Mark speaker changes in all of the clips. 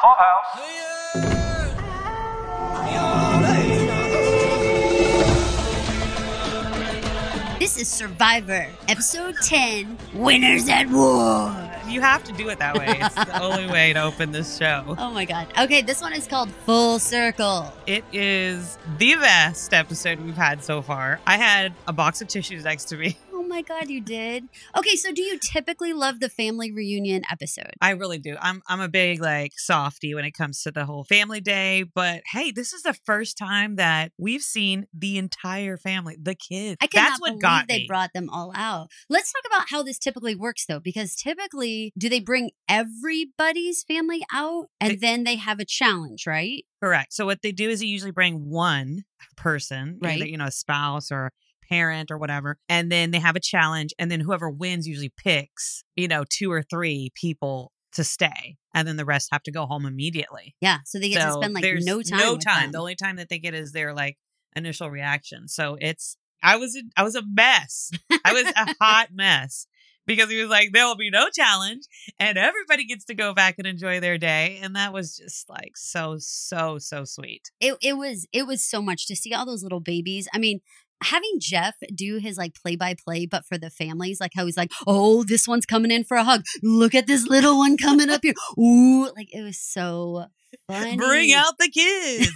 Speaker 1: Clubhouse.
Speaker 2: This is Survivor, episode 10 Winners at War.
Speaker 3: You have to do it that way. It's the only way to open this show.
Speaker 2: Oh my god. Okay, this one is called Full Circle.
Speaker 3: It is the best episode we've had so far. I had a box of tissues next to me.
Speaker 2: Oh my god, you did. Okay, so do you typically love the family reunion episode?
Speaker 3: I really do. I'm I'm a big like softy when it comes to the whole family day, but hey, this is the first time that we've seen the entire family, the kids.
Speaker 2: I cannot
Speaker 3: That's what
Speaker 2: believe
Speaker 3: got
Speaker 2: they
Speaker 3: me.
Speaker 2: brought them all out. Let's talk about how this typically works though, because typically do they bring everybody's family out and
Speaker 3: They-
Speaker 2: then they have a challenge, right?
Speaker 3: Correct. So what they do is they usually bring one person,
Speaker 2: Right.
Speaker 3: either, you know, a spouse or parent or whatever, and then they have a challenge, and then whoever wins usually picks, you know, two or three people to stay, and then the rest have to go home immediately.
Speaker 2: Yeah, so they get to spend like
Speaker 3: there's
Speaker 2: no time.
Speaker 3: No
Speaker 2: with
Speaker 3: time.
Speaker 2: them.
Speaker 3: The only time that they get is their like initial reaction. So it's I was a, I was a mess. I was a hot mess because he was like there will be no challenge and everybody gets to go back and enjoy their day and that was just like so so so sweet.
Speaker 2: it, it was it was so much to see all those little babies i mean having jeff do his like play by play but for the families like how he's like oh this one's coming in for a hug look at this little one coming up here ooh like it was so funny
Speaker 3: Bring out the kids.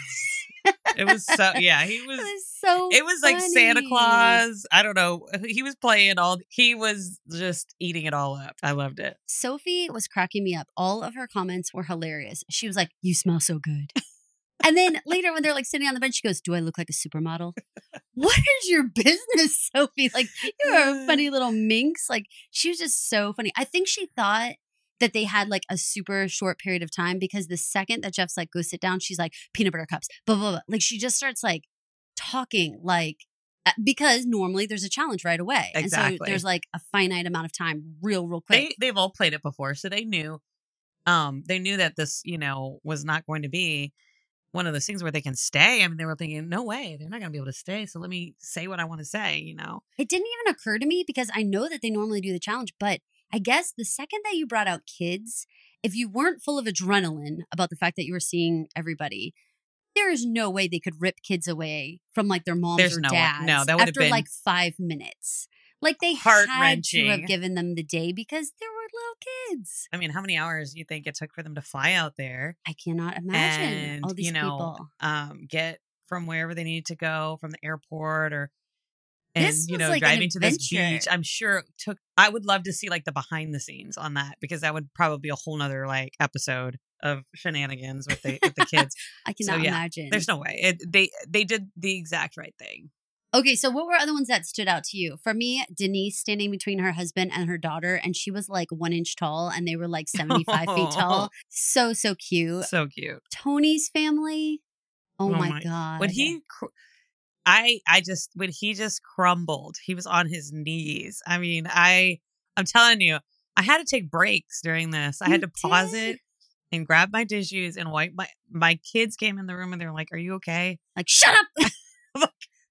Speaker 3: it was so yeah, he
Speaker 2: it
Speaker 3: was
Speaker 2: was so
Speaker 3: it was like Santa
Speaker 2: funny.
Speaker 3: Claus. I don't know. He was playing all he was just eating it all up. I loved it.
Speaker 2: sophie was cracking me up all of her comments were hilarious she was like you smell so good and then later when they're like sitting on the bench she goes do i look like a supermodel what is your business, Sophie? Like, you are a funny little minx. Like, she was just so funny. I think she thought that they had like a super short period of time because the second that Jeff's like, go sit down, she's like, peanut butter cups, blah, blah, blah. Like, she just starts like talking, like, uh, because normally there's a challenge right away. And so
Speaker 3: Exactly.
Speaker 2: there's like a finite amount of time, real, real quick.
Speaker 3: they they've all played it before, so they knew um they knew that this, you know, was not going to be one of those things where they can stay. I mean, they were thinking, no way, they're not going to be able to stay. So let me say what I want to say, you know.
Speaker 2: It didn't even occur to me because I know that they normally do the challenge, but I guess the second that you brought out kids, if you weren't full of adrenaline about the fact that you were seeing everybody, there is no way they could rip kids away from like their moms
Speaker 3: There's
Speaker 2: or
Speaker 3: no way.
Speaker 2: dads
Speaker 3: No, that would have
Speaker 2: after
Speaker 3: been
Speaker 2: like five minutes. Like they had to have
Speaker 3: heart-wrenching.
Speaker 2: given them the day because there were little kids.
Speaker 3: I mean, how many hours do you think it took for them to fly out there,
Speaker 2: I cannot imagine
Speaker 3: And,
Speaker 2: all
Speaker 3: you
Speaker 2: these
Speaker 3: know,
Speaker 2: people.
Speaker 3: um, get from wherever they needed to go from the airport or and
Speaker 2: This
Speaker 3: you
Speaker 2: was
Speaker 3: know
Speaker 2: like an
Speaker 3: driving to this beach
Speaker 2: adventure.
Speaker 3: i'm sure it took i would love to see like the behind the scenes on that because that would probably be a whole nother like episode of shenanigans with the with the kids
Speaker 2: I
Speaker 3: so,
Speaker 2: cannot
Speaker 3: yeah,
Speaker 2: imagine.
Speaker 3: There's no way. It, they they did the exact right thing.
Speaker 2: Okay, so what were other ones that stood out to you? For me, Denise standing between her husband and her daughter, and she was like one inch tall, and they were like 75 feet tall. So, so cute.
Speaker 3: So cute.
Speaker 2: Tony's family. Oh,
Speaker 3: Oh
Speaker 2: my,
Speaker 3: my-
Speaker 2: God.
Speaker 3: When he cr- I I just when he just crumbled. He was on his knees. I mean, I I'm telling you, I had to take breaks during this. I had
Speaker 2: You
Speaker 3: to pause
Speaker 2: did.
Speaker 3: it and grab my tissues and wipe my my kids came in the room and they were like, "Are you okay?
Speaker 2: Like, shut
Speaker 3: Oh,
Speaker 2: up.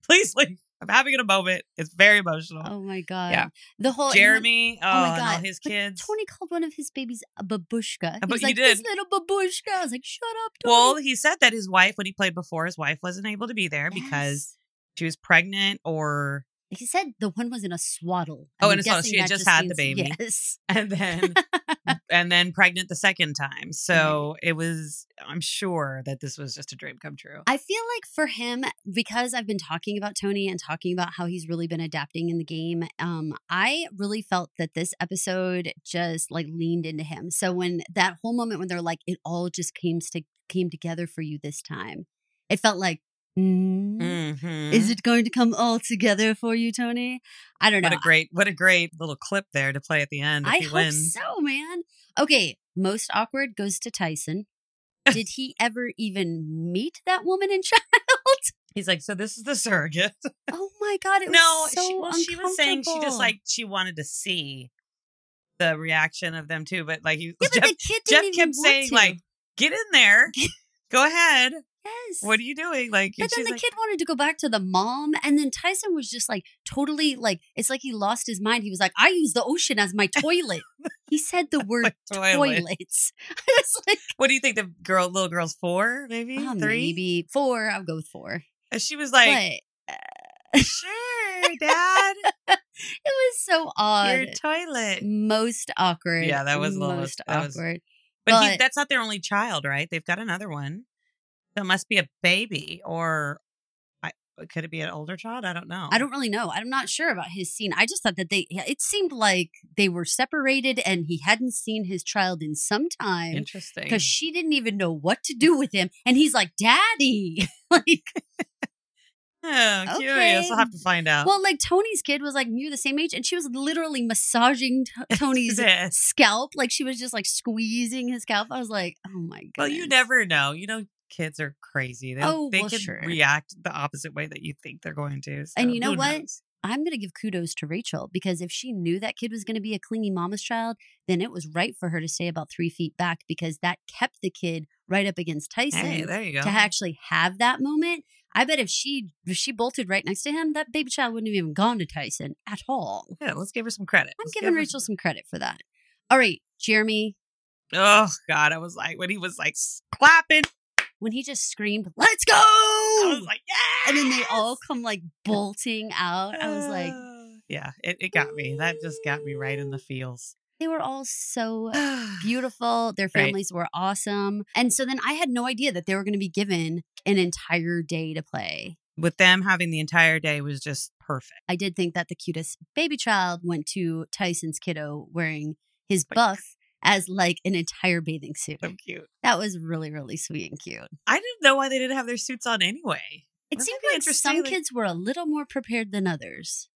Speaker 3: Please leave. I'm having a moment. It's very emotional."
Speaker 2: Oh my God.
Speaker 3: Yeah.
Speaker 2: The whole. and then
Speaker 3: Jeremy, oh,
Speaker 2: my
Speaker 3: and all
Speaker 2: God.
Speaker 3: his
Speaker 2: But
Speaker 3: kids.
Speaker 2: Tony called one of his babies a babushka. He
Speaker 3: Uh, but
Speaker 2: was
Speaker 3: you
Speaker 2: like, this
Speaker 3: did.
Speaker 2: little babushka. I was like, shut up, Tony.
Speaker 3: Well, he said that his wife, when he played before, his wife wasn't able to be there because she was pregnant or
Speaker 2: Yes. He said the one was in a swaddle.
Speaker 3: Oh,
Speaker 2: I'm
Speaker 3: in a swaddle.
Speaker 2: guessing
Speaker 3: She had
Speaker 2: that
Speaker 3: just had the
Speaker 2: means-
Speaker 3: baby.
Speaker 2: Yes.
Speaker 3: and then and then pregnant the second time. So it was I'm sure that this was just a dream come true.
Speaker 2: I feel like for him, because I've been talking about Tony and talking about how he's really been adapting in the game, um, I really felt that this episode just like leaned into him. So when that whole moment when they're like, it all just came to came together for you this time, it felt like, mm,
Speaker 3: Mhm.
Speaker 2: is it going to come all together for you, Tony? I don't know.
Speaker 3: what a great what a great little clip there to play at the end if
Speaker 2: I
Speaker 3: he
Speaker 2: hope
Speaker 3: wins.
Speaker 2: so, man. Okay, most awkward goes to Tyson. Did he ever even meet that woman and child?
Speaker 3: He's like, so this is the surrogate.
Speaker 2: Oh my god! It
Speaker 3: no,
Speaker 2: was so
Speaker 3: she, well, she was saying she just
Speaker 2: uncomfortable.
Speaker 3: like she wanted to see the reaction of them too, but like he
Speaker 2: yeah, but
Speaker 3: Jeff,
Speaker 2: the kid
Speaker 3: Jeff
Speaker 2: didn't even
Speaker 3: kept
Speaker 2: want
Speaker 3: saying
Speaker 2: to.
Speaker 3: like, get in there, go ahead.
Speaker 2: Yes.
Speaker 3: What are you doing? Like, and
Speaker 2: But then
Speaker 3: she's
Speaker 2: the
Speaker 3: like,
Speaker 2: kid wanted to go back to the mom, and then Tyson was just like totally like it's like he lost his mind. He was like, "I use the ocean as my toilet." he said the word
Speaker 3: toilet.
Speaker 2: toilets. I was like,
Speaker 3: What do you think the girl, little girl's four, maybe
Speaker 2: oh,
Speaker 3: three?
Speaker 2: maybe four. I'll go with four.
Speaker 3: And she was like, "Sure, Dad,
Speaker 2: but it was so odd.
Speaker 3: your toilet."
Speaker 2: most awkward.
Speaker 3: Yeah, that was a little-
Speaker 2: most
Speaker 3: that was-
Speaker 2: awkward.
Speaker 3: But, he,
Speaker 2: But-
Speaker 3: that's not their only child, right? They've got another one. That must be a baby, or I, could it be an older child? I don't know.
Speaker 2: I don't really know. I'm not sure about his scene. I just thought that they. yeah, It seemed like they were separated, and he hadn't seen his child in some time.
Speaker 3: Interesting.
Speaker 2: because she didn't even know what to do with him. And he's like, Daddy. like,
Speaker 3: Oh, curious. I'll
Speaker 2: Okay.
Speaker 3: have to find out.
Speaker 2: well, like Tony's kid was like near the same age, and she was literally massaging T- Tony's
Speaker 3: Yes.
Speaker 2: scalp. Like, she was just like squeezing his scalp. I was like, oh my God.
Speaker 3: Well, you never know. You know, kids are crazy. They,
Speaker 2: Oh,
Speaker 3: they
Speaker 2: well,
Speaker 3: can
Speaker 2: sure.
Speaker 3: react the opposite way that you think they're going to. so
Speaker 2: And you know
Speaker 3: who
Speaker 2: what?
Speaker 3: knows?
Speaker 2: I'm going to give kudos to Rachel because if she knew that kid was going to be a clingy mama's child, then it was right for her to stay about three feet back because that kept the kid right up against Tyson.
Speaker 3: Hey, there you go.
Speaker 2: to actually have that moment. I bet if she if she bolted right next to him, that baby child wouldn't have even gone to Tyson at all.
Speaker 3: yeah, let's give her some credit.
Speaker 2: I'm
Speaker 3: Let's give
Speaker 2: giving
Speaker 3: her-
Speaker 2: Rachel some credit for that. All right, Jeremy,
Speaker 3: Oh God, I was like when he was like s- clapping.
Speaker 2: when he just screamed, "Let's go!"
Speaker 3: I was like, yeah.
Speaker 2: and then they all come like bolting out. I was like,
Speaker 3: Uh. yeah, it, it got me. That just got me right in the feels.
Speaker 2: they were all so
Speaker 3: Beautiful.
Speaker 2: beautiful. Their
Speaker 3: Right.
Speaker 2: families were awesome. And so then I had no idea that they were going to be given an entire day to play.
Speaker 3: With them having the entire day was just perfect.
Speaker 2: I did think that the cutest baby child went to Tyson's kiddo wearing his
Speaker 3: Like-
Speaker 2: buff as like an entire bathing suit.
Speaker 3: So cute.
Speaker 2: That was really, really sweet and cute.
Speaker 3: I didn't know why they didn't have their suits on anyway.
Speaker 2: It
Speaker 3: Wouldn't that
Speaker 2: seemed
Speaker 3: be
Speaker 2: like
Speaker 3: interesting?
Speaker 2: some
Speaker 3: Like-
Speaker 2: kids were a little more prepared than others.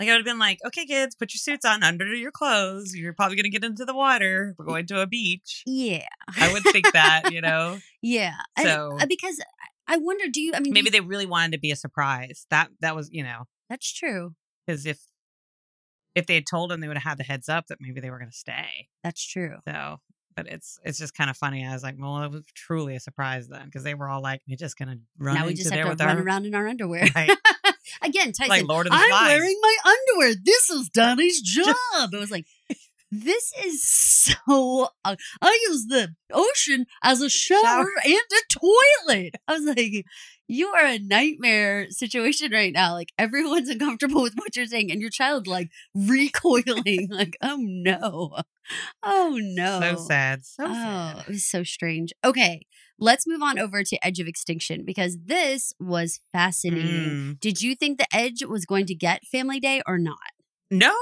Speaker 3: Like I would have been like, okay, kids, put your suits on under your clothes. You're probably gonna get into the water. We're going to a beach.
Speaker 2: Yeah.
Speaker 3: I would think that, you know.
Speaker 2: Yeah. And-
Speaker 3: So-
Speaker 2: uh, because I wonder, do you, I mean, do
Speaker 3: Maybe
Speaker 2: you-
Speaker 3: they really wanted to be a surprise. That that was, you know,
Speaker 2: that's true.
Speaker 3: because if if they had told them, they would have had the heads up that maybe they were gonna stay.
Speaker 2: That's true.
Speaker 3: So, but it's it's just kind of funny. I was like, well, it was truly a surprise then, because they were all like, we're just gonna run
Speaker 2: now
Speaker 3: into
Speaker 2: we just
Speaker 3: there
Speaker 2: have
Speaker 3: with
Speaker 2: to run
Speaker 3: our
Speaker 2: around in our underwear.
Speaker 3: Right.
Speaker 2: Again, Tyson,
Speaker 3: like Lord of the
Speaker 2: I'm
Speaker 3: Flies.
Speaker 2: wearing my underwear. This is Donnie's job. I was like, this is so. Uh, I use the ocean as a shower,
Speaker 3: Shower.
Speaker 2: and a toilet. I was like, you are a nightmare situation right now. Like everyone's uncomfortable with what you're saying, and your child like recoiling. like, oh no, oh no,
Speaker 3: So sad. So
Speaker 2: Oh,
Speaker 3: sad.
Speaker 2: it was so strange. Okay, let's move on over to Edge of Extinction because this was fascinating.
Speaker 3: Mm.
Speaker 2: Did you think the Edge was going to get Family Day or not?
Speaker 3: No,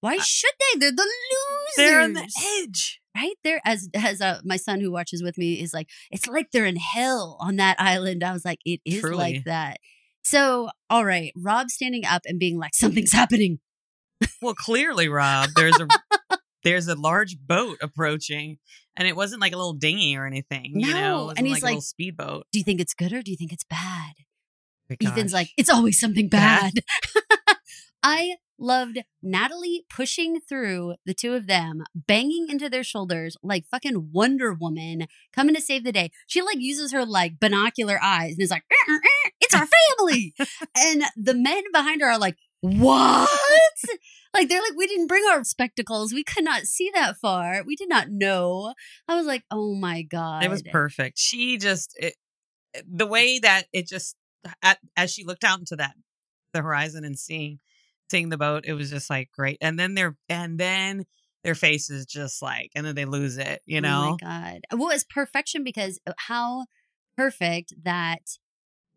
Speaker 2: Why should they? They're the losers.
Speaker 3: they're on the edge.
Speaker 2: right there. As as uh, my son who watches with me is like, it's like they're in hell on that island. I was like, it is
Speaker 3: Truly.
Speaker 2: like that. So, all right, Rob standing up and being like, something's happening.
Speaker 3: Well, clearly, Rob, there's a there's a large boat approaching, and it wasn't like a little dinghy or anything. you
Speaker 2: No,
Speaker 3: know, It wasn't
Speaker 2: and he's
Speaker 3: a little
Speaker 2: like,
Speaker 3: speedboat.
Speaker 2: Do you think it's good or do you think it's bad? Ethan's
Speaker 3: Gosh.
Speaker 2: like, it's always something
Speaker 3: Bad.
Speaker 2: bad. I loved Natalie pushing through the two of them, banging into their shoulders like fucking Wonder Woman coming to save the day. She like uses her like binocular eyes and is like, "Eh, eh, eh, it's our family. and the men behind her are like, what? like they're like, we didn't bring our spectacles. We could not see that far. We did not know. I was like, oh my God.
Speaker 3: It was perfect. She just it, eh, the way that it just at, as she looked out into that the horizon and seeing seeing the boat, it was just like great. And then their and then their faces just like and then they lose it, you know.
Speaker 2: Oh my god. Well, it's perfection because uh, how perfect that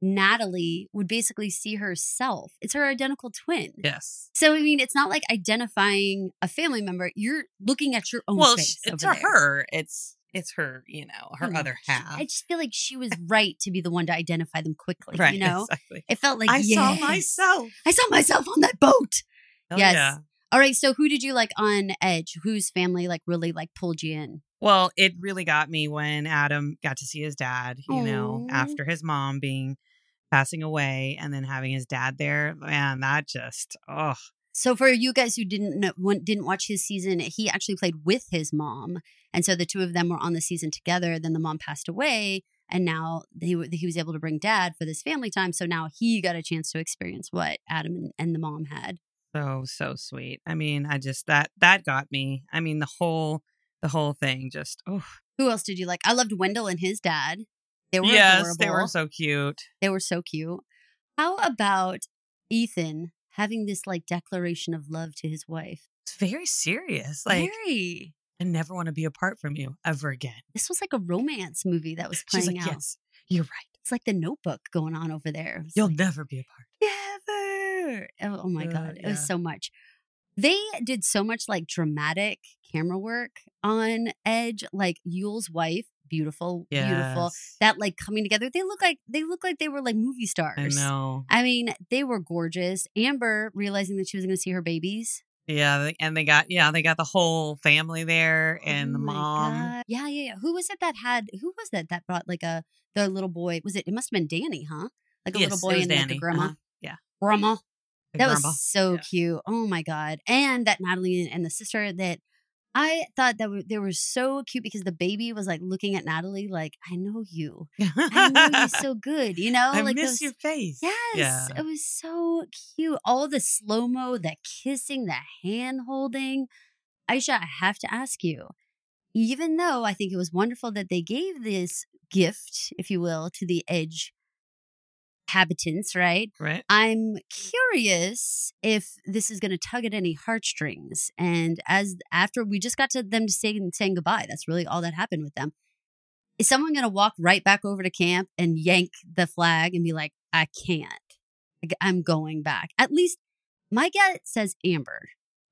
Speaker 2: Natalie would basically see herself. It's her identical twin.
Speaker 3: yes.
Speaker 2: So I mean, it's not like identifying a family member. You're looking at your own
Speaker 3: Well,
Speaker 2: face.
Speaker 3: sh- to
Speaker 2: over there.
Speaker 3: her, it's it's her, you know, her
Speaker 2: You know,
Speaker 3: other
Speaker 2: she-
Speaker 3: half.
Speaker 2: I just feel like she was right to be the one to identify them quickly.
Speaker 3: right,
Speaker 2: You know,
Speaker 3: exactly.
Speaker 2: it felt like
Speaker 3: I
Speaker 2: yes,
Speaker 3: saw myself.
Speaker 2: I saw myself on that boat.
Speaker 3: Oh,
Speaker 2: Yes.
Speaker 3: yeah.
Speaker 2: All right. So who did you like on Edge? Whose family like really like pulled you in?
Speaker 3: Well, it really got me when Adam got to see his dad, you know,
Speaker 2: Aw.
Speaker 3: after his mom being passing away and then having his dad there. Man, that just, oh,
Speaker 2: So for you guys who didn't know, wa- didn't watch his season, he actually played with his mom, and so the two of them were on the season together. Then the mom passed away, and now he wa- he was able to bring dad for this family time. So now he got a chance to experience what Adam and, and the mom had.
Speaker 3: so so sweet i mean i just that that got me i mean the whole the whole thing just oh
Speaker 2: Who else did you like? I loved Wendell and his dad. They were
Speaker 3: yes
Speaker 2: adorable.
Speaker 3: they were so cute
Speaker 2: They were so cute. How about Ethan having this like declaration of love to his wife?
Speaker 3: it's very serious like
Speaker 2: Very.
Speaker 3: i never want to be apart from you ever again
Speaker 2: This was like a romance movie that was
Speaker 3: she's
Speaker 2: playing
Speaker 3: like
Speaker 2: out.
Speaker 3: yes you're right
Speaker 2: It's like the notebook going on over there. It's
Speaker 3: you'll
Speaker 2: like,
Speaker 3: never be apart
Speaker 2: never. Oh, oh my
Speaker 3: Uh,
Speaker 2: God. It
Speaker 3: yeah.
Speaker 2: was so much. They did so much like dramatic camera work on Edge. Like Yule's wife, beautiful, beautiful.
Speaker 3: Yes.
Speaker 2: That like coming together. They look like they look like they were like movie
Speaker 3: i
Speaker 2: stars.
Speaker 3: know
Speaker 2: I mean, they were gorgeous. Amber realizing that she was going to see her babies.
Speaker 3: yeah they- and they got yeah they got the whole family there and
Speaker 2: Oh
Speaker 3: the
Speaker 2: my
Speaker 3: mom
Speaker 2: God. Yeah, yeah, yeah. Who was it that had? Who was that that brought like a their little boy? Was it? It must have been Danny, huh? Like a little
Speaker 3: Yes, it
Speaker 2: boy
Speaker 3: was
Speaker 2: and like a
Speaker 3: Danny.
Speaker 2: grandma.
Speaker 3: Uh-huh. Yeah.
Speaker 2: grandma.
Speaker 3: the
Speaker 2: That
Speaker 3: grandma.
Speaker 2: was so
Speaker 3: Yeah.
Speaker 2: cute. Oh my god! And that Natalie and the sister that I thought that were, they were so cute because the baby was like looking at Natalie like, "I know you. I know you so good. You know,
Speaker 3: uh-huh. I
Speaker 2: like
Speaker 3: miss
Speaker 2: those-
Speaker 3: your face.
Speaker 2: Yes, it was so cute. All the slow mo, the kissing, the hand holding. Aisha, I have to ask you, even though I think it was wonderful that they gave this gift, if you will, to the Edge habitants, right?
Speaker 3: Right?
Speaker 2: I'm curious if this is going to tug at any heartstrings. And as after we just got to them to saying, saying goodbye, that's really all that happened with them. Is someone going to walk right back over to camp and yank the flag and be like, I can't, Like, I'm going back? At least my gut says Amber.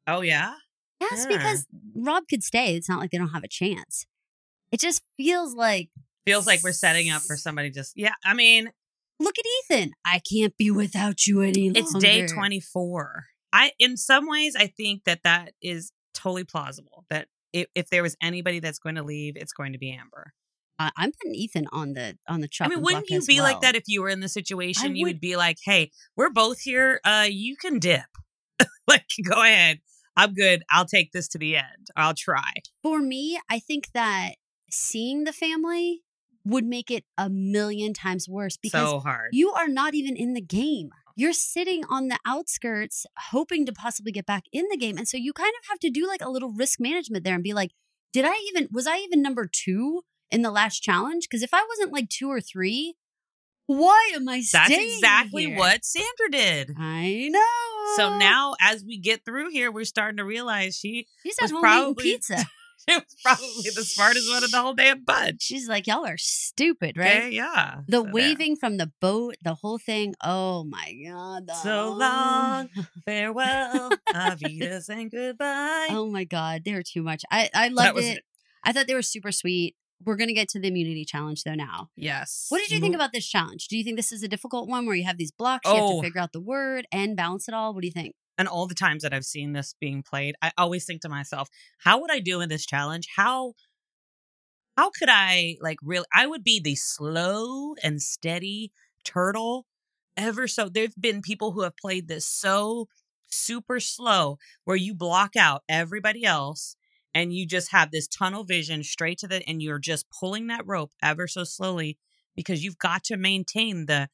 Speaker 3: Oh, yeah?
Speaker 2: Yes,
Speaker 3: Yeah.
Speaker 2: because Rob could stay. It's not like they don't have a chance. It just feels like,
Speaker 3: Feels like we're setting up for somebody just, yeah. I mean,
Speaker 2: look at Ethan. I can't be without you any longer.
Speaker 3: it's day 24. I, in some ways, I think that that is totally plausible that if, if there was anybody that's going to leave, it's going to be Amber.
Speaker 2: I- I'm putting Ethan on the on the
Speaker 3: I
Speaker 2: chopping
Speaker 3: mean,
Speaker 2: block
Speaker 3: wouldn't you
Speaker 2: as
Speaker 3: be like
Speaker 2: well.
Speaker 3: that if you were in the situation? you
Speaker 2: would-
Speaker 3: would be like, hey, we're both here. Uh, you can dip. like, go ahead. I'm good. I'll take this to the end. I'll try.
Speaker 2: For me, I think that seeing the family would make it a million times worse because
Speaker 3: so hard.
Speaker 2: you are not even in the game. You're sitting on the outskirts hoping to possibly get back in the game. And so you kind of have to do like a little risk management there and be like, did I even, was I even number two in the last challenge? Because if I wasn't like two or three, why am I
Speaker 3: That's
Speaker 2: staying
Speaker 3: exactly
Speaker 2: here?
Speaker 3: what Sandra did.
Speaker 2: I know.
Speaker 3: So now, as we get through here, we're starting to realize she
Speaker 2: she's
Speaker 3: was
Speaker 2: at home
Speaker 3: probably-
Speaker 2: eating pizza.
Speaker 3: she was probably the smartest one in the whole damn bunch.
Speaker 2: She's like, y'all are stupid, right?
Speaker 3: Okay, yeah.
Speaker 2: The
Speaker 3: So there.
Speaker 2: waving from the boat, the whole thing. Oh my god! the- oh
Speaker 3: So long. Farewell. Avitas and goodbye.
Speaker 2: Oh my god, they were too much. I I
Speaker 3: That
Speaker 2: loved
Speaker 3: was
Speaker 2: it.
Speaker 3: it.
Speaker 2: I thought they were super sweet. We're gonna get to the immunity challenge though now.
Speaker 3: Yes.
Speaker 2: What did you think
Speaker 3: Mo-
Speaker 2: about this challenge? Do you think this is a difficult one where you have these blocks, you have
Speaker 3: Mm-hmm. Oh.
Speaker 2: to figure out the word and balance it all? What do you think?
Speaker 3: And all the times that I've seen this being played, I always think to myself, how would I do in this challenge? How. How could I like really? I would be the slow and steady turtle ever so there've been people who have played this so super slow where you block out everybody else and you just have this tunnel vision straight to the and you're just pulling that rope ever so slowly because you've got to maintain the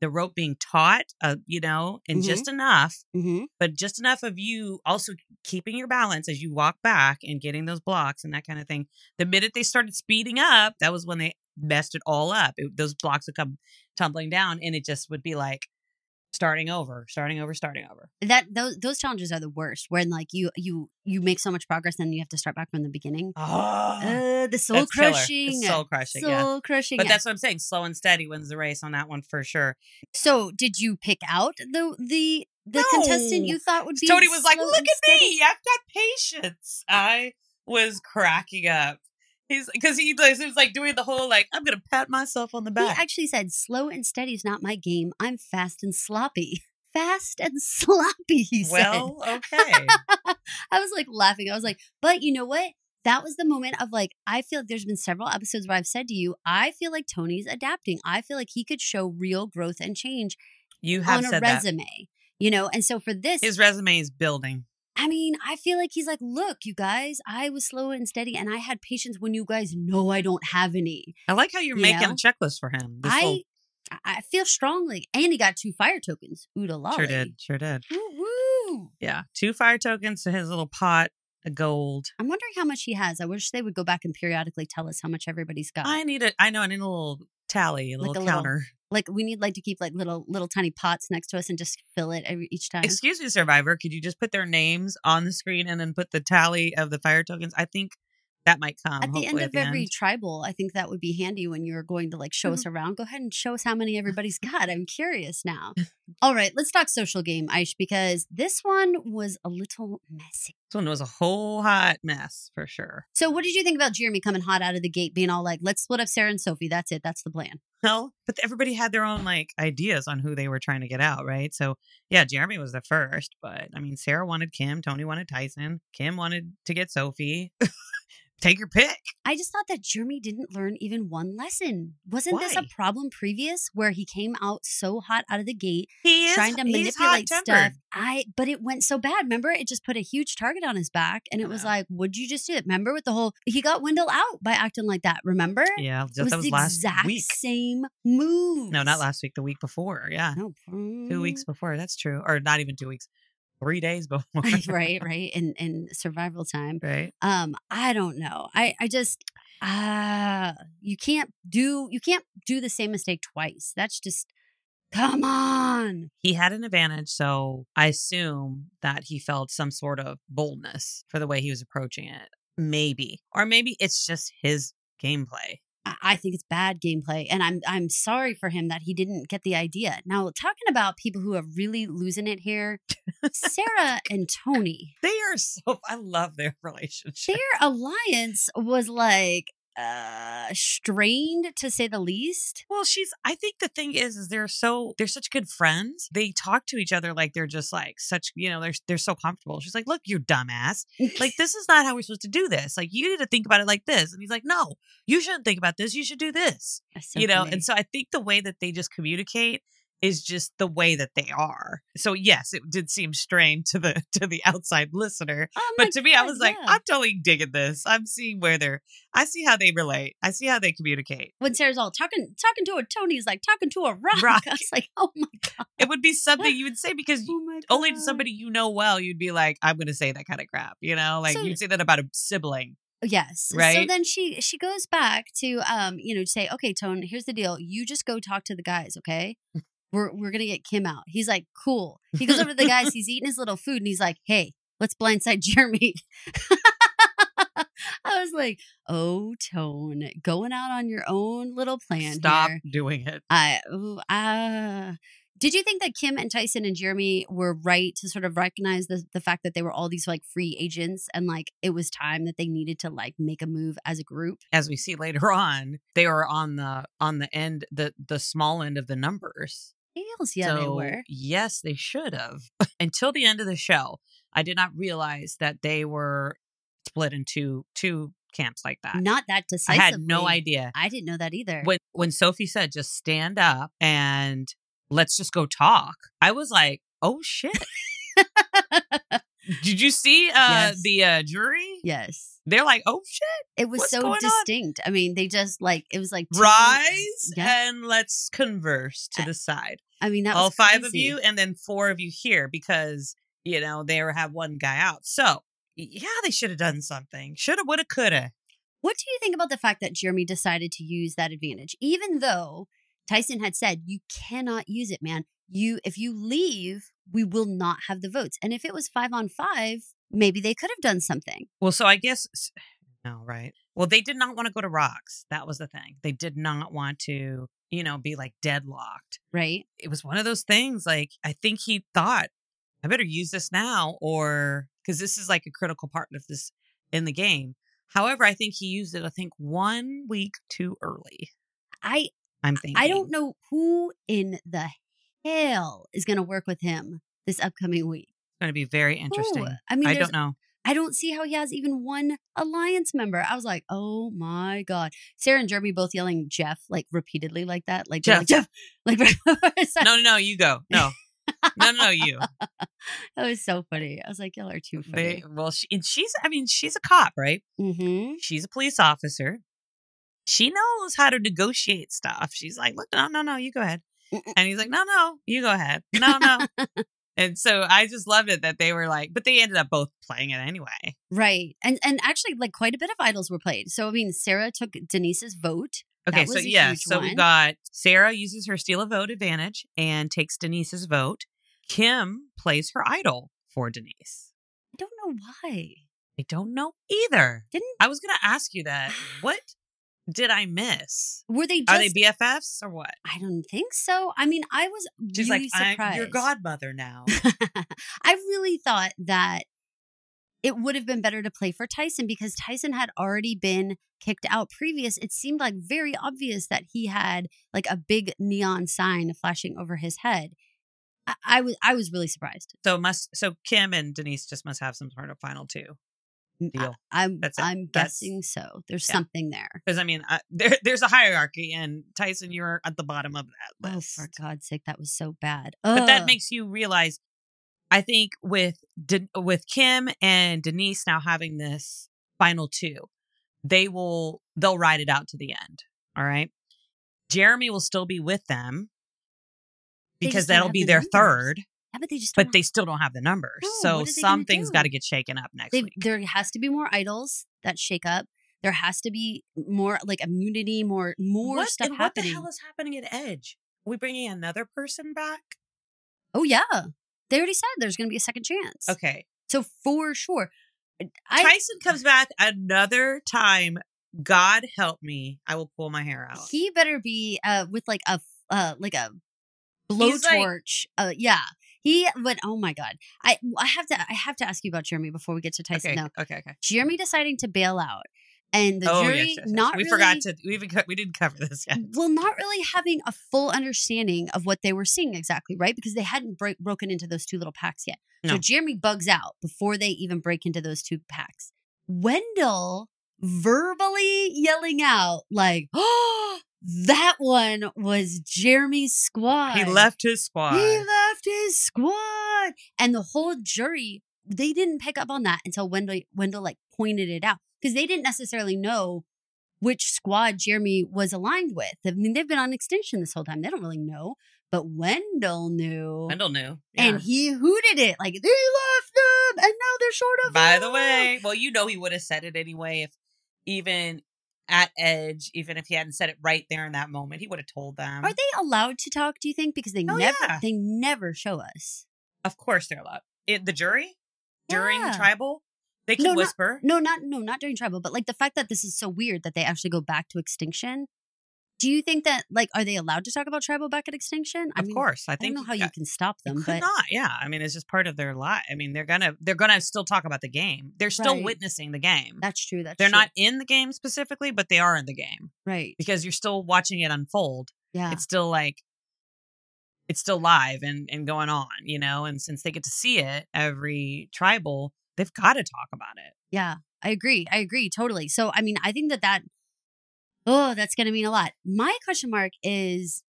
Speaker 3: the rope being taut uh, you know and
Speaker 2: Mhm.
Speaker 3: just enough
Speaker 2: Mm-hmm.
Speaker 3: but just enough of you also keeping your balance as you walk back and getting those blocks and that kind of thing. The minute they started speeding up, that was when they messed it all up. It- those blocks would come tumbling down, and it just would be like starting over, starting over, starting over.
Speaker 2: That those those challenges are the worst. When like you you you make so much progress, then you have to start back from the beginning.
Speaker 3: Oh,
Speaker 2: Uh, the soul crushing,
Speaker 3: soul crushing. Yeah.
Speaker 2: soul crushing.
Speaker 3: But that's what I'm saying. Slow and steady wins the race on that one for sure.
Speaker 2: So, did you pick out the the the contestant
Speaker 3: No.
Speaker 2: you thought would be?
Speaker 3: Tony was like,
Speaker 2: slow
Speaker 3: "Look at
Speaker 2: and steady?"
Speaker 3: me! I've got patience." I was cracking up. He's because he, he was like doing the whole like, "I'm gonna pat myself on the
Speaker 2: He
Speaker 3: back."
Speaker 2: actually said, "Slow and steady is not my game. I'm fast and sloppy. Fast and sloppy." He said.
Speaker 3: well, okay.
Speaker 2: I was like laughing. I was like, "But you know what?" That was the moment of like, I feel like there's been several episodes where I've said to you, I feel like Tony's adapting. I feel like he could show real growth and change
Speaker 3: You have
Speaker 2: on a
Speaker 3: said that.
Speaker 2: resume, you know? And so for this,
Speaker 3: His resume is building.
Speaker 2: I mean, I feel like he's like, look, you guys, I was slow and steady, and I had patience when you guys know I don't have any.
Speaker 3: I like how you're
Speaker 2: You
Speaker 3: making
Speaker 2: know?
Speaker 3: a checklist for him. This
Speaker 2: I
Speaker 3: whole-
Speaker 2: I- I feel strongly, and he got two fire tokens. Uda lolly.
Speaker 3: sure did. Sure did.
Speaker 2: Woo woo.
Speaker 3: Yeah. Two fire tokens to his little pot of gold.
Speaker 2: I'm wondering how much he has. I wish they would go back and periodically tell us how much everybody's got.
Speaker 3: I need a I know, I need a little tally, a
Speaker 2: Like a
Speaker 3: little
Speaker 2: little-
Speaker 3: counter.
Speaker 2: like we need like to keep like little little tiny pots next to us and just fill it every, each time.
Speaker 3: Excuse me, Survivor. Could you just put their names on the screen and then put the tally of the fire tokens? I think that might come
Speaker 2: at the end
Speaker 3: hopefully,
Speaker 2: of every
Speaker 3: end.
Speaker 2: tribal, I think that would be handy when you're going to like
Speaker 3: Mm-hmm.
Speaker 2: show us around. Go ahead and show us how many everybody's got. I'm curious now. All right, let's talk social game, Aish, because this one was a little messy.
Speaker 3: This one was a whole hot mess for sure.
Speaker 2: So, what did you think about Jeremy coming hot out of the gate, being all like, "Let's split up Sarah and Sophie. That's it. That's the plan."
Speaker 3: Well, but everybody had their own like ideas on who they were trying to get out, right? So yeah, Jeremy was the first, but I mean, Sarah wanted Kim, Tony wanted Tyson, Kim wanted to get Sophie. Take your pick.
Speaker 2: I just thought that Jeremy didn't learn even one lesson. Wasn't this a
Speaker 3: Why?
Speaker 2: problem previous where he came out so hot out of the gate
Speaker 3: He is
Speaker 2: trying to
Speaker 3: he's
Speaker 2: manipulate stuff.
Speaker 3: hot-tempered.
Speaker 2: I but it went so bad. Remember, it just put a huge target on his back, and it was
Speaker 3: Yeah.
Speaker 2: like, "Would you just do it?" Remember with the whole he got Wendell out by acting like that. Remember, it
Speaker 3: Yeah,
Speaker 2: was
Speaker 3: that was
Speaker 2: the
Speaker 3: last
Speaker 2: exact
Speaker 3: week.
Speaker 2: same move.
Speaker 3: No, not last week. The week before. Yeah,
Speaker 2: No, mm,
Speaker 3: two weeks
Speaker 2: Mm-hmm.
Speaker 3: before. That's true, or not even two weeks, three days before.
Speaker 2: right, right, in in survival time.
Speaker 3: right.
Speaker 2: Um, I don't know. I I just ah, you can't do you can't do the same mistake twice. That's just come on.
Speaker 3: He had an advantage, so I assume that he felt some sort of boldness for the way he was approaching it. Maybe, or maybe it's just his gameplay.
Speaker 2: I- I think it's bad gameplay, and I'm I'm sorry for him that he didn't get the idea. Now, talking about people who are really losing it here, Sarah and Tony,
Speaker 3: They are so. I love their relationship.
Speaker 2: their alliance was like uh strained to say the least.
Speaker 3: well, she's. I think the thing is, is they're so they're such good friends. They talk to each other like they're just like such. You know, they're they're so comfortable. She's like, "Look, you dumbass. like this is not how we're supposed to do this like you need to think about it like this and he's like no you shouldn't think about this you should do this
Speaker 2: That's so
Speaker 3: you know
Speaker 2: funny.
Speaker 3: and so i think the way that they just communicate is just the way that they are so yes it did seem strange to the to the outside listener
Speaker 2: Oh my
Speaker 3: but to me i
Speaker 2: God,
Speaker 3: was like
Speaker 2: yeah.
Speaker 3: i'm totally digging this i'm seeing where they're i see how they relate i see how they communicate
Speaker 2: when Sarah's all talking talking to a Tony is like talking to a rock.
Speaker 3: Rock.
Speaker 2: I was like, oh my,
Speaker 3: it would be something you would say because
Speaker 2: oh my
Speaker 3: only to
Speaker 2: God.
Speaker 3: somebody you know well you'd be like i'm gonna say that kind of crap you know like
Speaker 2: So-
Speaker 3: you'd say that about a sibling
Speaker 2: Yes. So
Speaker 3: Right?
Speaker 2: then she she goes back to um, you know, say, okay, Tone, here's the deal. You just go talk to the guys, okay? We're we're gonna get Kim out. He's like, cool. He goes over to the guys, he's eating his little food, and he's like, hey, let's blindside Jeremy. I was like, oh, Tone, going out on your own little plan.
Speaker 3: stop
Speaker 2: here.
Speaker 3: doing it
Speaker 2: I ooh, ah. Did you think that Kim and Tyson and Jeremy were right to sort of recognize the the fact that they were all these like free agents and like it was time that they needed to like make a move as a group?
Speaker 3: as we see later on, they are on the on the end the the small end of the numbers.
Speaker 2: Yes, yeah, they
Speaker 3: So,
Speaker 2: were.
Speaker 3: Yes, they should have. Until the end of the show, I did not realize that they were split into two camps like that.
Speaker 2: Not that
Speaker 3: I
Speaker 2: decisively.
Speaker 3: had no idea.
Speaker 2: I didn't know that either.
Speaker 3: When when Sophie said just stand up and let's just go talk, I was like, "Oh shit." Did you see uh
Speaker 2: Yes.
Speaker 3: the uh jury?
Speaker 2: yes,
Speaker 3: They're like, "Oh shit.
Speaker 2: it was
Speaker 3: What's
Speaker 2: so
Speaker 3: going on?
Speaker 2: distinct. I mean, they just like it was like two-
Speaker 3: Rise
Speaker 2: Yeah.
Speaker 3: and let's converse to the side."
Speaker 2: I mean, that
Speaker 3: all
Speaker 2: was
Speaker 3: five of
Speaker 2: crazy.
Speaker 3: you and then four of you here because you know they were- have one guy out so yeah they should have done something should have would have could have
Speaker 2: What do you think about the fact that Jeremy decided to use that advantage, even though Tyson had said you cannot use it, man? You, if you leave, we will not have the votes. And if it was five on five, maybe they could have done something.
Speaker 3: well so i guess no right well they did not want to go to rocks that was the thing they did not want to you know be like deadlocked
Speaker 2: Right?
Speaker 3: it was one of those things like i think he thought i better use this now or because this is like a critical part of this in the game however i think he used it i think one week too early
Speaker 2: I
Speaker 3: i'm thinking
Speaker 2: I don't know who in the hell is going to work with him this upcoming week.
Speaker 3: going to be very
Speaker 2: Who?
Speaker 3: interesting
Speaker 2: I mean,
Speaker 3: I
Speaker 2: there's
Speaker 3: don't know.
Speaker 2: I don't see how he has even one alliance member. I was like, oh my God. Sarah and Jeremy both yelling Jeff like repeatedly like that. Like, they're
Speaker 3: Jeff.
Speaker 2: Like, Jeff. Like,
Speaker 3: No, no, no. You go. No, No, no, no, you.
Speaker 2: That was so funny. I was like, y'all are too
Speaker 3: They,
Speaker 2: funny.
Speaker 3: well, she, and she's, I mean, she's a cop, right?
Speaker 2: mm-hmm.
Speaker 3: She's a police officer. She knows how to negotiate stuff. She's like, look, no, no, no, you go ahead.
Speaker 2: Mm-mm.
Speaker 3: And he's like, no, no, you go ahead. No, no. and so I just loved it that they were like, but they ended up both playing it anyway.
Speaker 2: Right. And and actually, like quite a bit of idols were played. So I mean, Sarah took Denise's vote.
Speaker 3: Okay,
Speaker 2: That
Speaker 3: so
Speaker 2: was a
Speaker 3: yeah,
Speaker 2: huge
Speaker 3: so we
Speaker 2: one.
Speaker 3: got Sarah uses her steal a vote advantage and takes Denise's vote. Kim plays her idol for Denise.
Speaker 2: I don't know why.
Speaker 3: I don't know either.
Speaker 2: Didn't-
Speaker 3: I was gonna ask you that. What did I miss?
Speaker 2: Were they just?
Speaker 3: Are they BFFs or what?
Speaker 2: I don't think so. I mean, I was
Speaker 3: She's
Speaker 2: really
Speaker 3: like,
Speaker 2: surprised.
Speaker 3: I'm your godmother now.
Speaker 2: I really thought that it would have been better to play for Tyson because Tyson had already been kicked out previous. It seemed like very obvious that he had like a big neon sign flashing over his head. I, I was I was really surprised.
Speaker 3: so must so Kim and Denise just must have some sort of final two. Deal.
Speaker 2: I, am
Speaker 3: That's it.
Speaker 2: I'm
Speaker 3: That's-
Speaker 2: guessing so. There's
Speaker 3: yeah.
Speaker 2: something there.
Speaker 3: Because I mean, I, there, there's a hierarchy, and Tyson, you're at the bottom of that
Speaker 2: Oh,
Speaker 3: list.
Speaker 2: for God's sake, that was so bad.
Speaker 3: but that
Speaker 2: Ugh.
Speaker 3: makes you realize i think with De- with kim and denise now having this final two they will they'll ride it out to the end all right jeremy will still be with them
Speaker 2: They
Speaker 3: because
Speaker 2: just don't
Speaker 3: that'll
Speaker 2: have
Speaker 3: be
Speaker 2: the
Speaker 3: their
Speaker 2: numbers.
Speaker 3: third
Speaker 2: Yeah, but they just
Speaker 3: but
Speaker 2: don't
Speaker 3: they still don't have the numbers
Speaker 2: No,
Speaker 3: so
Speaker 2: what are they gonna
Speaker 3: something's
Speaker 2: do?
Speaker 3: got to get shaken up next
Speaker 2: They-
Speaker 3: week
Speaker 2: there has to be more idols that shake up. There has to be more like immunity, more more
Speaker 3: what,
Speaker 2: stuff
Speaker 3: and what the
Speaker 2: happening.
Speaker 3: hell is happening at edge are we bringing another person back
Speaker 2: oh yeah, they already said there's going to be a second chance.
Speaker 3: okay
Speaker 2: So for sure, I
Speaker 3: tyson comes back another time god help me i will pull my hair out
Speaker 2: he better be uh with like a uh like a
Speaker 3: He's like-
Speaker 2: blowtorch. uh, yeah, he would. Oh my god, I I have to I have to ask you about Jeremy before we get to Tyson.
Speaker 3: okay
Speaker 2: Now
Speaker 3: okay okay Oh,
Speaker 2: Jeremy deciding to bail out and the jury not
Speaker 3: we
Speaker 2: really,
Speaker 3: forgot to we even co- we didn't cover this yet.
Speaker 2: well, not really having a full understanding of what they were seeing exactly, right? Because they hadn't break, broken into those two little packs yet.
Speaker 3: No.
Speaker 2: So Jeremy bugs out before they even break into those two packs. Wendell verbally yelling out, like, oh, that one was Jeremy's squad.
Speaker 3: He left his squad.
Speaker 2: He left his squad. And the whole jury, they didn't pick up on that until Wendell Wendell like pointed it out. Because they didn't necessarily know which squad Jeremy was aligned with. I mean, they've been on extinction this whole time. They don't really know. But Wendell knew.
Speaker 3: Wendell knew.
Speaker 2: And he hooted it. Like they left them and now they're short
Speaker 3: Yeah.
Speaker 2: of
Speaker 3: by the
Speaker 2: them."
Speaker 3: way, well, you know he would have said it anyway if even at edge, even if he hadn't said it right there in that moment, he would have told them.
Speaker 2: Are they allowed to talk, do you think? Because they
Speaker 3: Oh,
Speaker 2: never
Speaker 3: yeah.
Speaker 2: they never show us.
Speaker 3: of course they're allowed. In the jury during
Speaker 2: Yeah.
Speaker 3: tribal, they can
Speaker 2: No, not-
Speaker 3: whisper.
Speaker 2: No, not no, not during tribal, but like the fact that this is so weird that they actually go back to extinction. Do you think that like are they allowed to talk about tribal back at extinction? I
Speaker 3: of
Speaker 2: mean,
Speaker 3: course, I
Speaker 2: I don't
Speaker 3: think
Speaker 2: know how
Speaker 3: yeah,
Speaker 2: you can stop them,
Speaker 3: could
Speaker 2: but
Speaker 3: not. Yeah, I mean, it's just part of their life. I mean, they're gonna they're gonna still talk about the game. They're still
Speaker 2: Right.
Speaker 3: witnessing the game.
Speaker 2: that's true. That's
Speaker 3: they're
Speaker 2: true.
Speaker 3: not in the game specifically, but they are in the game.
Speaker 2: right.
Speaker 3: because you're still watching it unfold.
Speaker 2: Yeah,
Speaker 3: It's still like it's still live and and going on, you know. And since they get to see it every tribal, they've got to talk about it.
Speaker 2: yeah. I agree. I agree totally. So I mean, I think that that oh, that's going to mean a lot. My question mark is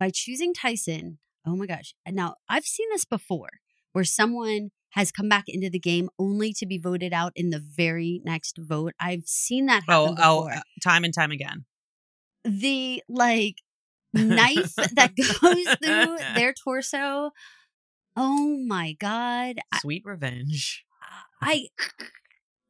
Speaker 2: by choosing Tyson. Oh my gosh! Now I've seen this before, where someone has come back into the game only to be voted out in the very next vote. I've seen that happen.
Speaker 3: Oh, oh,
Speaker 2: before.
Speaker 3: uh, time and time again.
Speaker 2: the like knife that goes through their torso. Oh my god. I,
Speaker 3: Sweet revenge.
Speaker 2: I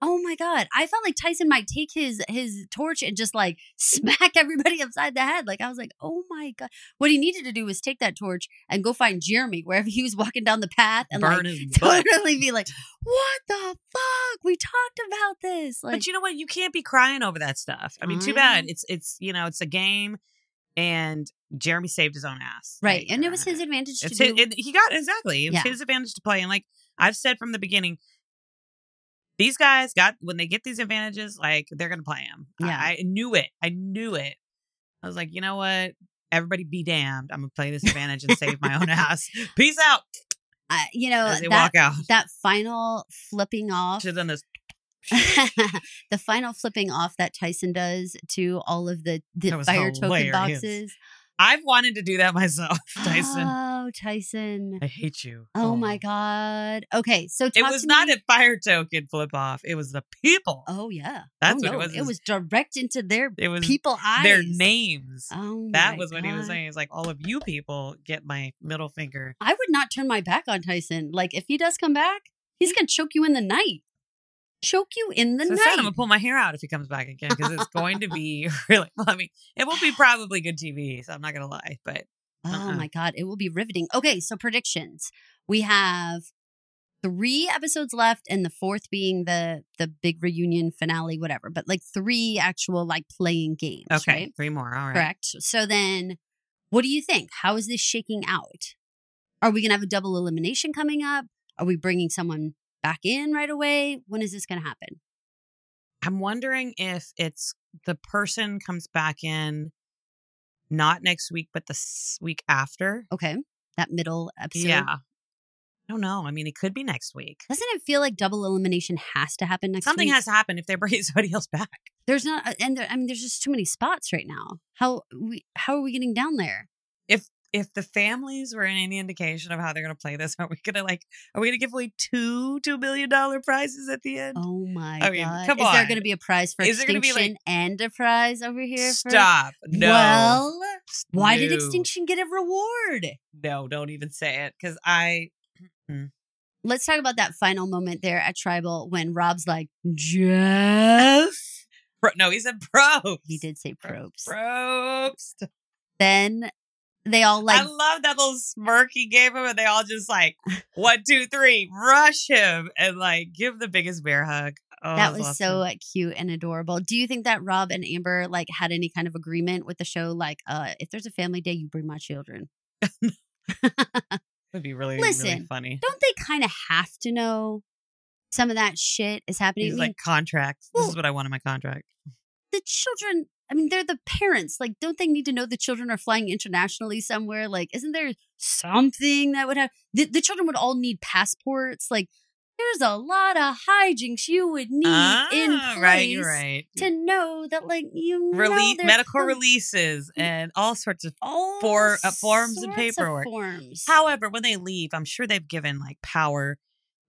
Speaker 2: Oh my god. I felt like Tyson might take his his torch and just like smack everybody upside the head. Like I was like, "Oh my god." What he needed to do was take that torch and go find Jeremy wherever he was walking down the path and
Speaker 3: Burn
Speaker 2: like
Speaker 3: his butt.
Speaker 2: totally be like, "What the fuck? We talked about this." Like Mm-hmm.
Speaker 3: but you know what? You can't be crying over that stuff. I mean, too bad. It's it's you know it's a game, and Jeremy saved his own ass.
Speaker 2: right.
Speaker 3: Like,
Speaker 2: And it was
Speaker 3: uh,
Speaker 2: his advantage to
Speaker 3: It's
Speaker 2: do
Speaker 3: his, it, he got exactly. It was
Speaker 2: Yeah.
Speaker 3: his advantage to play, and like I've said from the beginning, these guys got when they get these advantages, like they're gonna play them.
Speaker 2: Yeah.
Speaker 3: I, I knew it. I knew it. I was like, you know what? Everybody be damned. I'm gonna play this advantage and save my own ass. Peace out.
Speaker 2: I- uh, you know,
Speaker 3: As they
Speaker 2: that Oh.
Speaker 3: walk out
Speaker 2: that final flipping off
Speaker 3: to this,
Speaker 2: the final flipping off that Tyson does to all of the, the
Speaker 3: That was
Speaker 2: fire token
Speaker 3: hilarious.
Speaker 2: boxes.
Speaker 3: I've wanted to do that myself, Tyson.
Speaker 2: Oh, Tyson.
Speaker 3: I hate you.
Speaker 2: Oh, my God. Okay, so
Speaker 3: It
Speaker 2: talk
Speaker 3: was
Speaker 2: to
Speaker 3: not
Speaker 2: me-
Speaker 3: a fire token flip off. It was the people.
Speaker 2: Oh yeah,
Speaker 3: That's
Speaker 2: oh,
Speaker 3: what it was.
Speaker 2: It was direct into their
Speaker 3: It was
Speaker 2: people eyes.
Speaker 3: their names.
Speaker 2: Oh,
Speaker 3: that
Speaker 2: my
Speaker 3: was what he was
Speaker 2: God.
Speaker 3: saying. He's like, all of you people get my middle finger.
Speaker 2: I would not turn my back on Tyson. Like if he does come back, he's gonna choke you in the night. Choke you in the
Speaker 3: Mm. so I
Speaker 2: night.
Speaker 3: said I'm gonna pull my hair out if he comes back again because it's going to be really. Well, I mean, it will be probably good TV. So I'm not gonna lie, but
Speaker 2: Oh
Speaker 3: Uh-uh.
Speaker 2: my God, it will be riveting. Okay, so predictions. We have three episodes left, and the fourth being the the big reunion finale, whatever. But like three actual like playing games.
Speaker 3: okay,
Speaker 2: right?
Speaker 3: three more. All right,
Speaker 2: correct. So then, what do you think? How is this shaking out? Are we gonna have a double elimination coming up? Are we bringing someone back in right away? When is this gonna happen?
Speaker 3: I'm wondering if it's the person comes back in, not next week, but the s- week after.
Speaker 2: Okay, that middle episode.
Speaker 3: Yeah, I don't know. I mean, it could be next week.
Speaker 2: Doesn't it feel like double elimination has to happen next?
Speaker 3: Something
Speaker 2: week?
Speaker 3: has to happen if they're bringing somebody else back.
Speaker 2: There's not, uh, and there, I mean, there's just too many spots right now. How we, how are we getting down there?
Speaker 3: if the families were in any indication of how they're going to play this, are we going to like, are we going to give away two $2 million prizes at the end?
Speaker 2: Oh my
Speaker 3: I mean,
Speaker 2: god!
Speaker 3: come
Speaker 2: Is there
Speaker 3: on.
Speaker 2: going to be a prize for
Speaker 3: Is there gonna be,
Speaker 2: extinction
Speaker 3: like-
Speaker 2: and a prize over here? for-
Speaker 3: Stop. No.
Speaker 2: Well, why did
Speaker 3: No.
Speaker 2: extinction get a reward?
Speaker 3: No, don't even say it because I,
Speaker 2: Let's talk about that final moment there at Tribal when Rob's like, Jeff.
Speaker 3: pro, no, he said probes.
Speaker 2: He did say probes.
Speaker 3: Probes.
Speaker 2: Then they all like,
Speaker 3: I love that little smirk he gave him, and they all just like, one, two, three, rush him and like give the biggest bear hug. Oh,
Speaker 2: that
Speaker 3: it
Speaker 2: was
Speaker 3: awesome.
Speaker 2: so uh, cute and adorable. Do you think that Rob and Amber like had any kind of agreement with the show? Like, uh, if there's a family day, you bring my children.
Speaker 3: It would be really, really
Speaker 2: Listen,
Speaker 3: funny.
Speaker 2: don't they kind of have to know some of that shit is happening?
Speaker 3: He's
Speaker 2: I mean,
Speaker 3: like, contracts. This
Speaker 2: Well-
Speaker 3: is what I want in my contract.
Speaker 2: the children, I mean, they're the parents. Like, don't they need to know the children are flying internationally somewhere? Like, isn't there something that would have the, the children would all need passports? Like, there's a lot of hijinks you would need in
Speaker 3: Ah,
Speaker 2: place
Speaker 3: right, you're right.
Speaker 2: to know that, like, you
Speaker 3: Release,
Speaker 2: know,
Speaker 3: medical
Speaker 2: release
Speaker 3: releases and all sorts of.
Speaker 2: all
Speaker 3: for- uh, forms and
Speaker 2: sorts of
Speaker 3: paperwork.
Speaker 2: Forms.
Speaker 3: However, when they leave, I'm sure they've given like power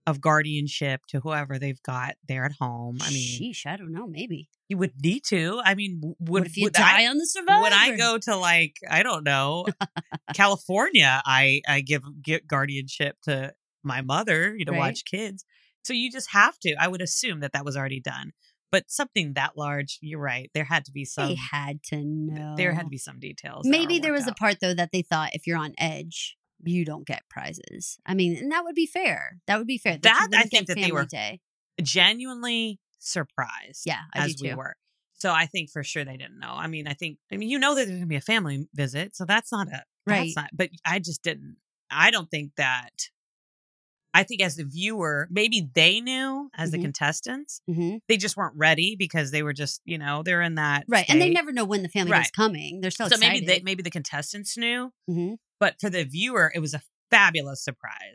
Speaker 3: of guardianship to whoever they've got there at home. I mean,
Speaker 2: sheesh, I don't know. Maybe.
Speaker 3: you would need to. I mean, w- would
Speaker 2: what if you
Speaker 3: would
Speaker 2: die
Speaker 3: I,
Speaker 2: on the survivor?
Speaker 3: would I go to like I don't know California? I I give get guardianship to my mother you know,
Speaker 2: Right.
Speaker 3: watch kids. So you just have to. I would assume that that was already done. But something that large, you're right. There had to be some.
Speaker 2: They had to know.
Speaker 3: um, There had to be some details. that
Speaker 2: Maybe
Speaker 3: weren't
Speaker 2: there
Speaker 3: worked
Speaker 2: was a
Speaker 3: out.
Speaker 2: part though that they thought if you're on edge, you don't get prizes. I mean, and that would be fair. That would be fair. you
Speaker 3: That, I
Speaker 2: wouldn't
Speaker 3: think
Speaker 2: get
Speaker 3: that they
Speaker 2: family
Speaker 3: were-
Speaker 2: day.
Speaker 3: genuinely surprised
Speaker 2: Yeah, I
Speaker 3: as
Speaker 2: do
Speaker 3: we
Speaker 2: too.
Speaker 3: were. So I think for sure they didn't know. I mean, I think I mean you know that there's gonna be a family visit, so that's not a
Speaker 2: Right.
Speaker 3: That's not, but I just didn't. I don't think that. I think as the viewer, maybe they knew as
Speaker 2: Mhm.
Speaker 3: the contestants,
Speaker 2: hmm
Speaker 3: they just weren't ready because they were just you know they're in that
Speaker 2: Right, and they
Speaker 3: state.
Speaker 2: never know when the family is
Speaker 3: Right.
Speaker 2: coming. They're so,
Speaker 3: So
Speaker 2: excited.
Speaker 3: maybe they maybe the contestants knew,
Speaker 2: Mhm.
Speaker 3: but for the viewer, it was a fabulous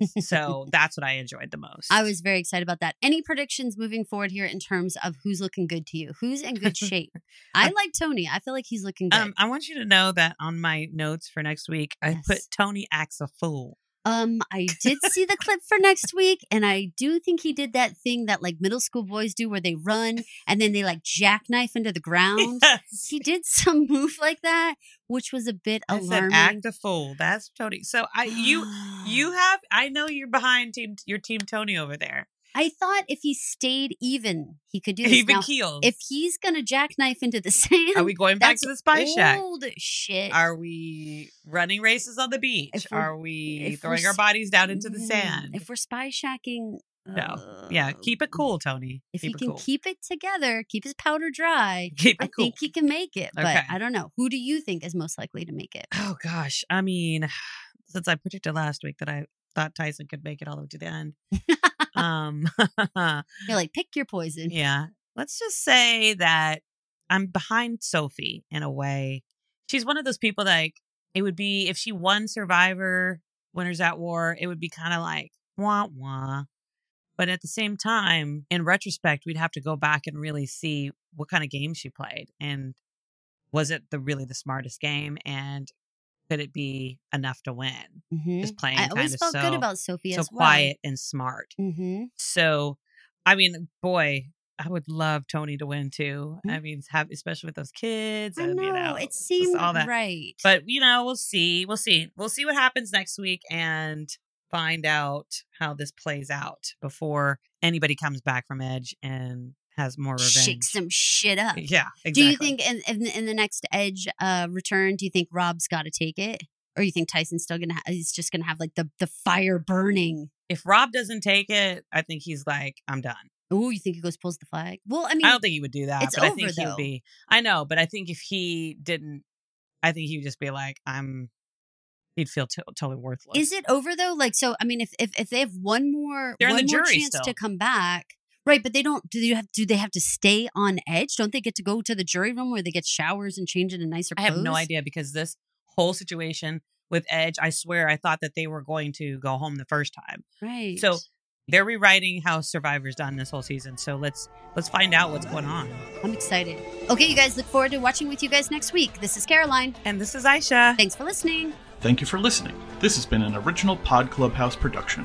Speaker 3: surprise. so that's what I enjoyed the most.
Speaker 2: I was very excited about that. Any predictions moving forward here in terms of who's looking good to you? Who's in good shape? I like Tony. I feel like he's looking good.
Speaker 3: Um, I want you to know that on my notes for next week, I
Speaker 2: Yes.
Speaker 3: put Tony acts a fool.
Speaker 2: Um, I did see the clip for next week, and I do think he did that thing that like middle school boys do where they run and then they like jackknife into the ground.
Speaker 3: Yes.
Speaker 2: He did some move like that, which was a bit
Speaker 3: I said
Speaker 2: alarming.
Speaker 3: act a fool. That's Tony. So I Uh, you you have I know you're behind team your team Tony over there.
Speaker 2: I thought if he stayed even, he could do this.
Speaker 3: Even
Speaker 2: now,
Speaker 3: keeled.
Speaker 2: if he's gonna jackknife into the sand,
Speaker 3: Are we going back
Speaker 2: that's
Speaker 3: to the spy shack?
Speaker 2: old shit.
Speaker 3: Are we running races on the beach?
Speaker 2: If we're-
Speaker 3: Are we
Speaker 2: if we're
Speaker 3: throwing our
Speaker 2: s-
Speaker 3: bodies down into the
Speaker 2: Mm,
Speaker 3: sand?
Speaker 2: If we're spy shacking, uh,
Speaker 3: yeah, keep it cool, Tony.
Speaker 2: If
Speaker 3: keep
Speaker 2: he
Speaker 3: it
Speaker 2: can
Speaker 3: cool.
Speaker 2: keep it together, keep his powder dry.
Speaker 3: keep
Speaker 2: I
Speaker 3: it cool.
Speaker 2: think he can make it, but
Speaker 3: Okay.
Speaker 2: I don't know. Who do you think is most likely to make it?
Speaker 3: Oh gosh, I mean, since I predicted last week that I thought Tyson could make it all the way to the end, um,
Speaker 2: You're like, pick your poison.
Speaker 3: yeah, let's just say that I'm behind Sophie in a way. She's one of those people that like it would be if she won Survivor Winners at War, it would be kind of like wah wah. But at the same time, in retrospect, we'd have to go back and really see what kind of game she played and was it the really the smartest game and could it be enough to win?
Speaker 2: Mhm.
Speaker 3: Just playing
Speaker 2: I
Speaker 3: kind
Speaker 2: always
Speaker 3: of
Speaker 2: felt
Speaker 3: so,
Speaker 2: good about Sophie
Speaker 3: so
Speaker 2: as well.
Speaker 3: quiet and smart.
Speaker 2: hmm
Speaker 3: So, I mean, boy, I would love Tony to win too. I mean, have, especially with those kids.
Speaker 2: Mm. I
Speaker 3: and,
Speaker 2: know
Speaker 3: you know
Speaker 2: it
Speaker 3: just
Speaker 2: seemed
Speaker 3: all that.
Speaker 2: right.
Speaker 3: But you know, we'll see. We'll see. We'll see what happens next week and find out how this plays out before anybody comes back from Edge and has more revenge.
Speaker 2: shake some shit up.
Speaker 3: Yeah, exactly.
Speaker 2: Do you think in, in in the next Edge uh, return? Do you think Rob's got to take it, or you think Tyson's still gonna? Ha- he's just gonna have like the the fire burning.
Speaker 3: if Rob doesn't take it, I think he's like, I'm done.
Speaker 2: Oh, you think he goes pulls the flag? Well, I mean,
Speaker 3: I don't think he would do that.
Speaker 2: it's
Speaker 3: but I
Speaker 2: over,
Speaker 3: think he
Speaker 2: though.
Speaker 3: would be. I know, but I think if he didn't, I think he would just be like, I'm. He'd feel to- totally worthless.
Speaker 2: is it over though? Like, so I mean, if if, if they have one more
Speaker 3: They're in
Speaker 2: one
Speaker 3: the
Speaker 2: more
Speaker 3: jury
Speaker 2: chance to
Speaker 3: still.
Speaker 2: come back, right? But they don't. Do you have? Do they have to stay on Edge? Don't they get to go to the jury room where they get showers and change into nicer?
Speaker 3: I have no
Speaker 2: clothes?
Speaker 3: idea because this whole situation with Edge, I swear, I thought that they were going to go home the first time.
Speaker 2: Right.
Speaker 3: So they're rewriting how Survivor's done this whole season. So let's let's find out what's going on.
Speaker 2: I'm excited. Okay, you guys, look forward to watching with you guys next week. This is Caroline.
Speaker 3: And this is Aisha.
Speaker 2: Thanks for listening.
Speaker 1: Thank you for listening. This has been an original Pod Clubhouse production.